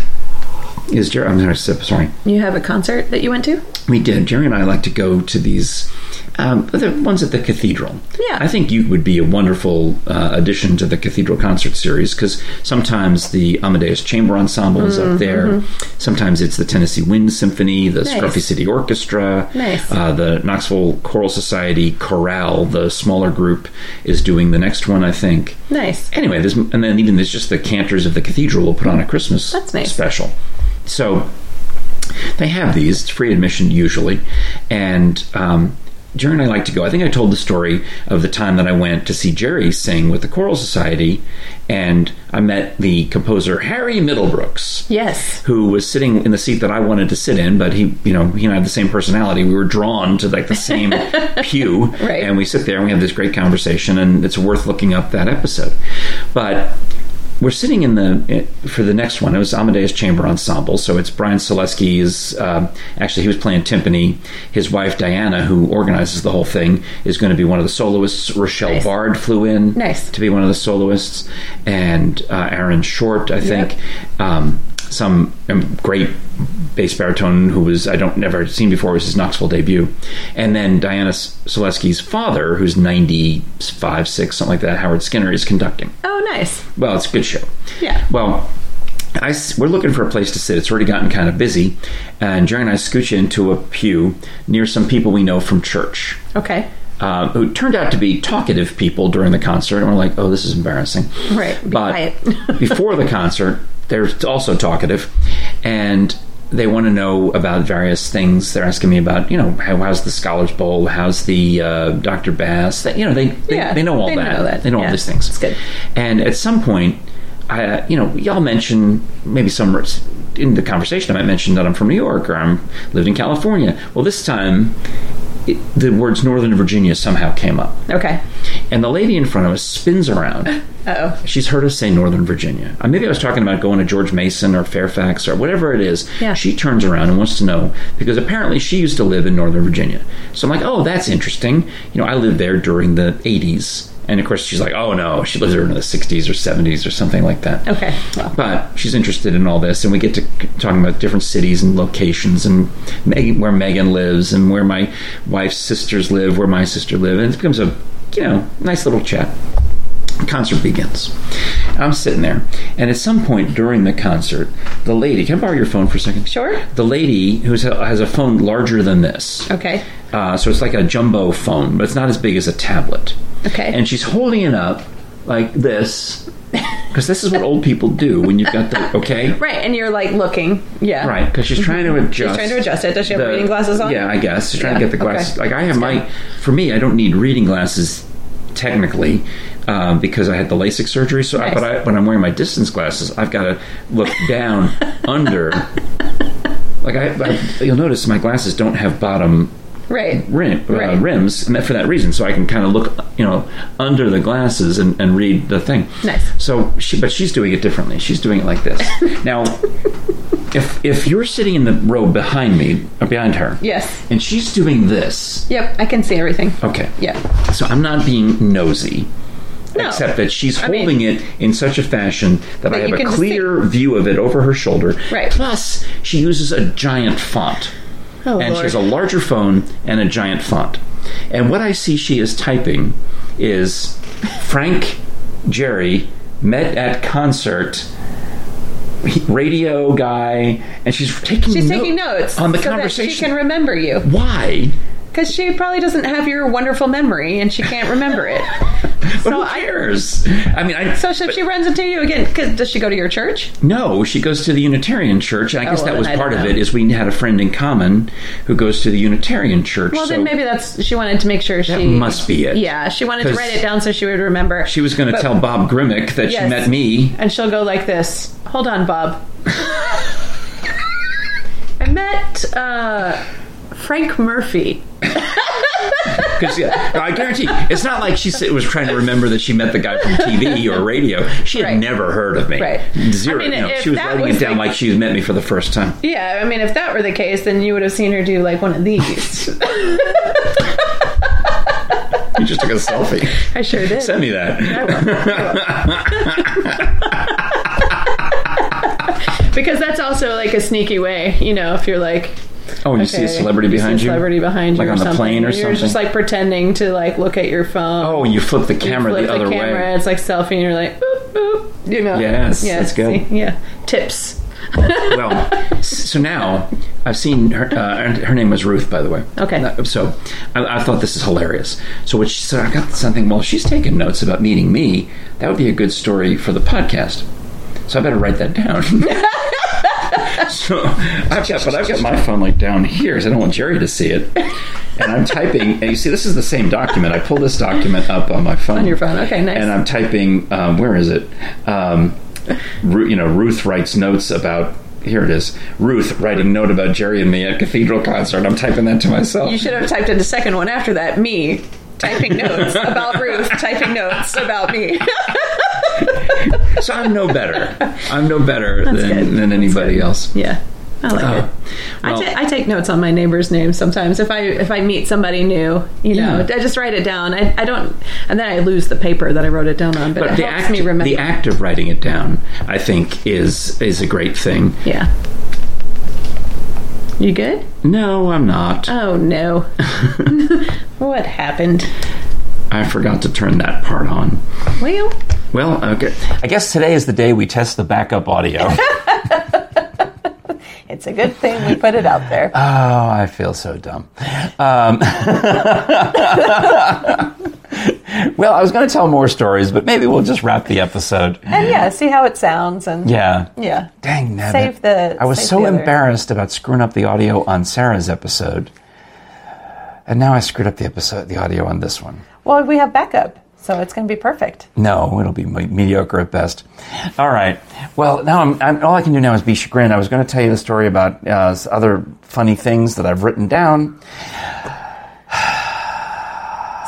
Speaker 1: Is Jerry? I'm sorry, sip. Sorry,
Speaker 2: You have a concert that you went to?
Speaker 1: we did. Jerry and I like to go to these, um, the ones at the cathedral.
Speaker 2: Yeah.
Speaker 1: I think you would be a wonderful uh, addition to the cathedral concert series because sometimes the Amadeus Chamber Ensemble is up there. Sometimes it's the Tennessee Wind Symphony, the
Speaker 2: Mm-hmm, Nice.
Speaker 1: Scruffy City Orchestra,
Speaker 2: Nice.
Speaker 1: uh, the Knoxville Choral Society Chorale, the smaller group, is doing the next one, I think.
Speaker 2: Nice.
Speaker 1: Anyway, there's, and then even there's just the cantors of the cathedral will put on a Christmas
Speaker 2: That's nice.
Speaker 1: special. So they have these. It's free admission usually, and um, Jerry and I like to go. I think I told the story of the time that I went to see Jerry sing with the Choral Society, and I met the composer Harry Middlebrooks
Speaker 2: Yes.
Speaker 1: who was sitting in the seat that I wanted to sit in, but he, you know, he and I have the same personality. We were drawn to like the same pew,
Speaker 2: Right.
Speaker 1: and we sit there and we have this great conversation, and it's worth looking up that episode. But we're sitting in the eh, for the next one. It was Amadeus Chamber Ensemble, so it's Brian Selesky's. um actually, he was playing timpani. His wife Diana, who organizes the whole thing, is going to be one of the soloists. Rochelle
Speaker 2: Nice.
Speaker 1: Bard flew in
Speaker 2: Nice.
Speaker 1: to be one of the soloists, and uh, Aaron Short, I
Speaker 2: Yep.
Speaker 1: think, um, some um, great bass baritone who was I don't never seen before was his Knoxville debut, and then Diana S- Selesky's father, who's ninety five six something like that, Howard Skinner is conducting.
Speaker 2: Oh, nice.
Speaker 1: Well, it's a good show.
Speaker 2: Yeah.
Speaker 1: Well, I s- we're looking for a place to sit. It's already gotten kind of busy, and Jerry and I scooch into a pew near some people we know from church
Speaker 2: Okay.
Speaker 1: uh, who turned out to be talkative people during the concert, and we're like, "Oh, this is embarrassing."
Speaker 2: Right, be
Speaker 1: But
Speaker 2: quiet.
Speaker 1: before the concert, they're also talkative, and they want to know about various things. They're asking me about, you know, how, how's the Scholars Bowl? How's the uh, Dr. Bass? That you know, they they,
Speaker 2: Yeah,
Speaker 1: they know all
Speaker 2: they
Speaker 1: that.
Speaker 2: know that.
Speaker 1: They know all
Speaker 2: Yeah,
Speaker 1: these things.
Speaker 2: it's good.
Speaker 1: And at some point, I, you know, y'all mention maybe some in the conversation. I might mention that I'm from New York or I'm lived in California. Well, this time, it, the words Northern Virginia somehow came up,
Speaker 2: Okay.
Speaker 1: and the lady in front of us spins around.
Speaker 2: Uh oh.
Speaker 1: She's heard us say Northern Virginia. Uh, Maybe I was talking about going to George Mason or Fairfax or whatever it is.
Speaker 2: Yeah.
Speaker 1: She turns around and wants to know because apparently she used to live in Northern Virginia. So I'm like, oh, that's interesting. You know, I lived there during the 80s. And of course, she's like, oh no, she lived there in the 60s or 70s or something like that.
Speaker 2: Okay. Well.
Speaker 1: But she's interested in all this, and we get to c- talking about different cities and locations, and Meg- where Megan lives, and where my wife's sisters live, where my sister live, and it becomes a you know nice little chat. Concert begins. I'm sitting there, and at some point during the concert, the lady can I borrow your phone for a second?
Speaker 2: Sure.
Speaker 1: The lady who has a phone larger than this.
Speaker 2: Okay.
Speaker 1: Uh, so it's like a jumbo phone, but it's not as big as a tablet.
Speaker 2: Okay.
Speaker 1: And she's holding it up like this, because this is what old people do when you've got the okay.
Speaker 2: Right, and you're like looking. Yeah.
Speaker 1: Right, because she's trying to adjust.
Speaker 2: She's trying to adjust it. Does she have reading glasses on?
Speaker 1: Yeah, I guess she's trying to
Speaker 2: Yeah,
Speaker 1: get the glasses.
Speaker 2: okay.
Speaker 1: Like I have my, for me, I don't need reading glasses technically um, because I had the LASIK surgery. So, I,
Speaker 2: Nice.
Speaker 1: but I, when I'm wearing my distance glasses, I've got to look down under. Like I, I, you'll notice my glasses don't have bottom
Speaker 2: Right.
Speaker 1: rim, uh,
Speaker 2: Right.
Speaker 1: rims, and that for that reason, so I can kind of look, you know, under the glasses and, and read the thing.
Speaker 2: Nice.
Speaker 1: So, she, but she's doing it differently. She's doing it like this. now, if if you're sitting in the row behind me or behind her,
Speaker 2: Yes.
Speaker 1: and she's doing this,
Speaker 2: Yep. I can see everything.
Speaker 1: okay,
Speaker 2: Yeah.
Speaker 1: So I'm not being nosy.
Speaker 2: No.
Speaker 1: Except that she's
Speaker 2: I mean-
Speaker 1: holding it in such a fashion that, I have
Speaker 2: That you
Speaker 1: a
Speaker 2: can
Speaker 1: clear view of it over her shoulder.
Speaker 2: Right.
Speaker 1: Plus, she uses a giant font
Speaker 2: Oh,
Speaker 1: and she
Speaker 2: Lord.
Speaker 1: has a larger phone and a giant font. And what I see she is typing is Frank Jerry met at concert radio guy and she's taking
Speaker 2: She's
Speaker 1: no-
Speaker 2: taking notes
Speaker 1: on the
Speaker 2: so
Speaker 1: conversation
Speaker 2: That she can remember you
Speaker 1: why
Speaker 2: because she probably doesn't have your wonderful memory and she can't remember it.
Speaker 1: but
Speaker 2: so
Speaker 1: who
Speaker 2: I.
Speaker 1: cares I, mean I
Speaker 2: So if she runs into you again, 'cause does she go to your church?
Speaker 1: No, she goes to the Unitarian Church, and I guess
Speaker 2: Oh, well,
Speaker 1: that
Speaker 2: then
Speaker 1: was
Speaker 2: I don't
Speaker 1: part of
Speaker 2: know.
Speaker 1: it. Is we had a friend in common who goes to the Unitarian Church.
Speaker 2: Well,
Speaker 1: so
Speaker 2: then maybe that's she wanted to make sure she
Speaker 1: must be it.
Speaker 2: Yeah, she wanted to
Speaker 1: 'Cause
Speaker 2: write it down so she would remember.
Speaker 1: she was going to tell Bob Grimmick that she
Speaker 2: Yes.
Speaker 1: met me.
Speaker 2: and she'll go like this. Hold on, Bob. met uh, Frank Murphy.
Speaker 1: Because yeah, no, I guarantee it's not like she said- was trying to remember that she met the guy from TV or radio. She had
Speaker 2: Right.
Speaker 1: never heard of me.
Speaker 2: Right.
Speaker 1: Zero.
Speaker 2: I mean,
Speaker 1: no,
Speaker 2: if
Speaker 1: she was
Speaker 2: that
Speaker 1: writing
Speaker 2: was
Speaker 1: it down
Speaker 2: the-
Speaker 1: like she had met me for the first time.
Speaker 2: Yeah, I mean, if that were the case, then you would have seen her do like one of these.
Speaker 1: You just took a selfie.
Speaker 2: I sure did.
Speaker 1: Send me that.
Speaker 2: I will. I will. because that's also like a sneaky way, you know, if you're like.
Speaker 1: Oh, you see a
Speaker 2: okay,
Speaker 1: celebrity
Speaker 2: you see a
Speaker 1: behind you.
Speaker 2: Celebrity behind
Speaker 1: Like
Speaker 2: you, or
Speaker 1: on the
Speaker 2: something.
Speaker 1: plane or
Speaker 2: you're just
Speaker 1: something?
Speaker 2: like pretending to like look at your phone.
Speaker 1: Oh, and you flip the
Speaker 2: You
Speaker 1: camera
Speaker 2: flip
Speaker 1: the other
Speaker 2: camera,
Speaker 1: way.
Speaker 2: It's like selfie, and you're like, boop, boop, you know.
Speaker 1: Yes,
Speaker 2: yeah,
Speaker 1: that's good.
Speaker 2: see, yeah, tips.
Speaker 1: well, s- so now I've seen her. Uh, and her name was Ruth, by the way.
Speaker 2: Okay.
Speaker 1: Uh, So I, I thought this is hilarious. So what she said, I got something. Well, she's taking notes about meeting me. That would be a good story for the podcast. So I better write that down. so I've got, but I've got my phone like down here, so I don't want Jerry to see it. And I'm typing, and you see, this is the same document. I pull this document up on my phone.
Speaker 2: On your phone. Okay, nice.
Speaker 1: And I'm typing. Um, where is it? Um, Ru- you know, Ruth writes notes about. Here it is. Ruth writing note about Jerry and me at cathedral concert. I'm typing that to myself.
Speaker 2: You should have typed in the second one after that. Me typing notes about Ruth typing notes about me.
Speaker 1: so I'm no better. I'm no better than,
Speaker 2: good.
Speaker 1: than anybody else.
Speaker 2: yeah, I like
Speaker 1: Oh,
Speaker 2: it. I
Speaker 1: well-
Speaker 2: ta- I take notes on my neighbor's name sometimes if I if I meet somebody new. You know,
Speaker 1: Yeah.
Speaker 2: I just write it down. I, I don't, and then I lose the paper that I wrote it down on. But,
Speaker 1: But
Speaker 2: it
Speaker 1: the
Speaker 2: helps
Speaker 1: act,
Speaker 2: me remember.
Speaker 1: the act of writing it down, I think, is is a great thing.
Speaker 2: yeah. You good?
Speaker 1: No, I'm not.
Speaker 2: Oh no. what happened?
Speaker 1: I forgot to turn that part on.
Speaker 2: Well,
Speaker 1: Well, okay. I guess today is the day we test the backup audio. oh,
Speaker 2: it's a good thing we put it out there.
Speaker 1: Uh, Oh, I feel so dumb. Um, well, I was going to tell more stories, but maybe we'll just wrap the episode.
Speaker 2: and yeah, see how it sounds and
Speaker 1: Yeah.
Speaker 2: yeah.
Speaker 1: Dang, nabbit.
Speaker 2: Save the-
Speaker 1: I was
Speaker 2: save
Speaker 1: so
Speaker 2: the other.
Speaker 1: embarrassed about screwing up the audio on Sarah's episode, and now I screwed up the episode, the audio on this one.
Speaker 2: Well, we have backup, so it's going to be perfect.
Speaker 1: No, it'll be me- mediocre at best. All right. Well, now I'm, I'm, all I can do now is be chagrined. I was going to tell you the story about uh, s- other funny things that I've written down.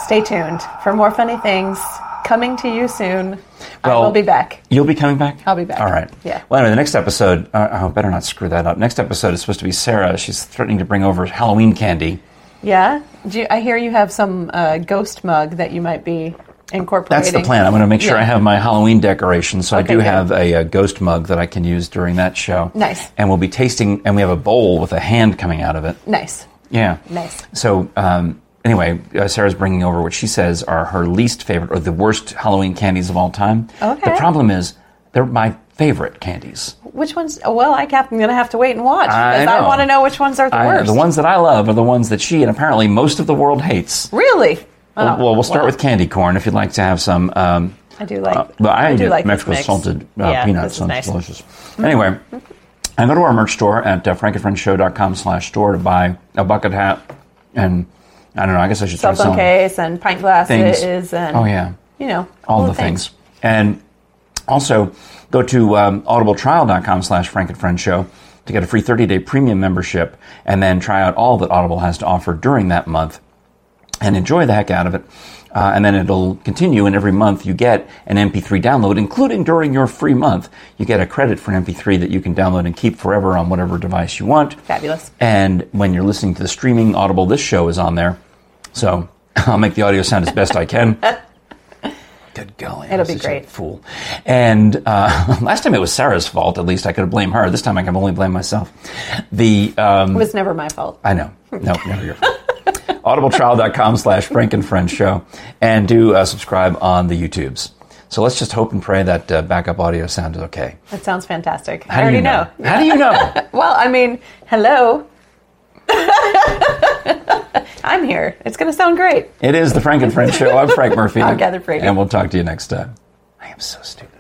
Speaker 2: Stay tuned for more funny things coming to you soon. I
Speaker 1: Well-
Speaker 2: will be back.
Speaker 1: You'll be coming back?
Speaker 2: I'll be back.
Speaker 1: All right.
Speaker 2: Yeah.
Speaker 1: Well, anyway, the next episode, uh, oh, better not screw that up. Next episode is supposed to be Sarah. She's threatening to bring over Halloween candy.
Speaker 2: Yeah? Do you, I hear you have some uh, ghost mug that you might be incorporating.
Speaker 1: That's the plan. I'm going to make sure
Speaker 2: Yeah.
Speaker 1: I have my Halloween decorations. So I
Speaker 2: Okay,
Speaker 1: do
Speaker 2: good.
Speaker 1: have a, uh ghost mug that I can use during that show.
Speaker 2: Nice.
Speaker 1: And we'll be tasting, and we have a bowl with a hand coming out of it.
Speaker 2: Nice.
Speaker 1: Yeah.
Speaker 2: Nice.
Speaker 1: So, um, anyway, uh, Sarah's bringing over what she says are her least favorite or the worst Halloween candies of all time.
Speaker 2: Okay.
Speaker 1: The problem is, they're my favorite candies.
Speaker 2: Which ones? oh, Well, I am going to have to wait and watch
Speaker 1: I
Speaker 2: because I,
Speaker 1: know.
Speaker 2: want to know which ones are the
Speaker 1: I-
Speaker 2: worst.
Speaker 1: the ones that I love are the ones that she and apparently most of the world hates.
Speaker 2: really?
Speaker 1: Well,
Speaker 2: Oh,
Speaker 1: well, we'll start
Speaker 2: wow.
Speaker 1: with candy corn if you'd like to have some. Um,
Speaker 2: I do like.
Speaker 1: Uh, but I,
Speaker 2: do
Speaker 1: get
Speaker 2: like this
Speaker 1: Mexico
Speaker 2: mix.
Speaker 1: salted uh,
Speaker 2: Yeah,
Speaker 1: peanuts.
Speaker 2: This is
Speaker 1: Sounds
Speaker 2: nice.
Speaker 1: delicious. Anyway, I go to our merch store at uh, frankandfriendshow.com slash store to buy a bucket hat and I don't know. I guess I should start
Speaker 2: Cell phone
Speaker 1: selling
Speaker 2: case and pint
Speaker 1: things.
Speaker 2: glasses and
Speaker 1: oh yeah,
Speaker 2: you know
Speaker 1: all, the things. And also go to um, audibletrial.com slash frankandfriendshow to get a free 30-day premium membership and then try out all that Audible has to offer during that month and enjoy the heck out of it. Uh, and then it'll continue, and every month you get an MP3 download, including during your free month. You get a credit for an MP3 that you can download and keep forever on whatever device you want.
Speaker 2: Fabulous.
Speaker 1: And when you're listening to the streaming Audible, this show is on there. So I'll make the audio sound as best I can. Good golly.
Speaker 2: It'll
Speaker 1: I'm
Speaker 2: be
Speaker 1: such a
Speaker 2: great.
Speaker 1: Fool. And uh, last time it was Sarah's fault, at least I could blame her. This time I can only blame myself. The um,
Speaker 2: It was never my fault.
Speaker 1: I know. No, never your fault. audibletrial.com slash frank and friend show and do uh, subscribe on the youtubes so let's just hope and pray that uh, backup audio sound is okay
Speaker 2: That sounds fantastic.
Speaker 1: How
Speaker 2: I
Speaker 1: do
Speaker 2: already
Speaker 1: you
Speaker 2: know.
Speaker 1: how do you know
Speaker 2: Well, I mean, hello. I'm here. It's going to sound great.
Speaker 1: it is the frank and friend show i'm frank murphy
Speaker 2: I'm Heather Brady.
Speaker 1: and we'll talk to you next time i am so stupid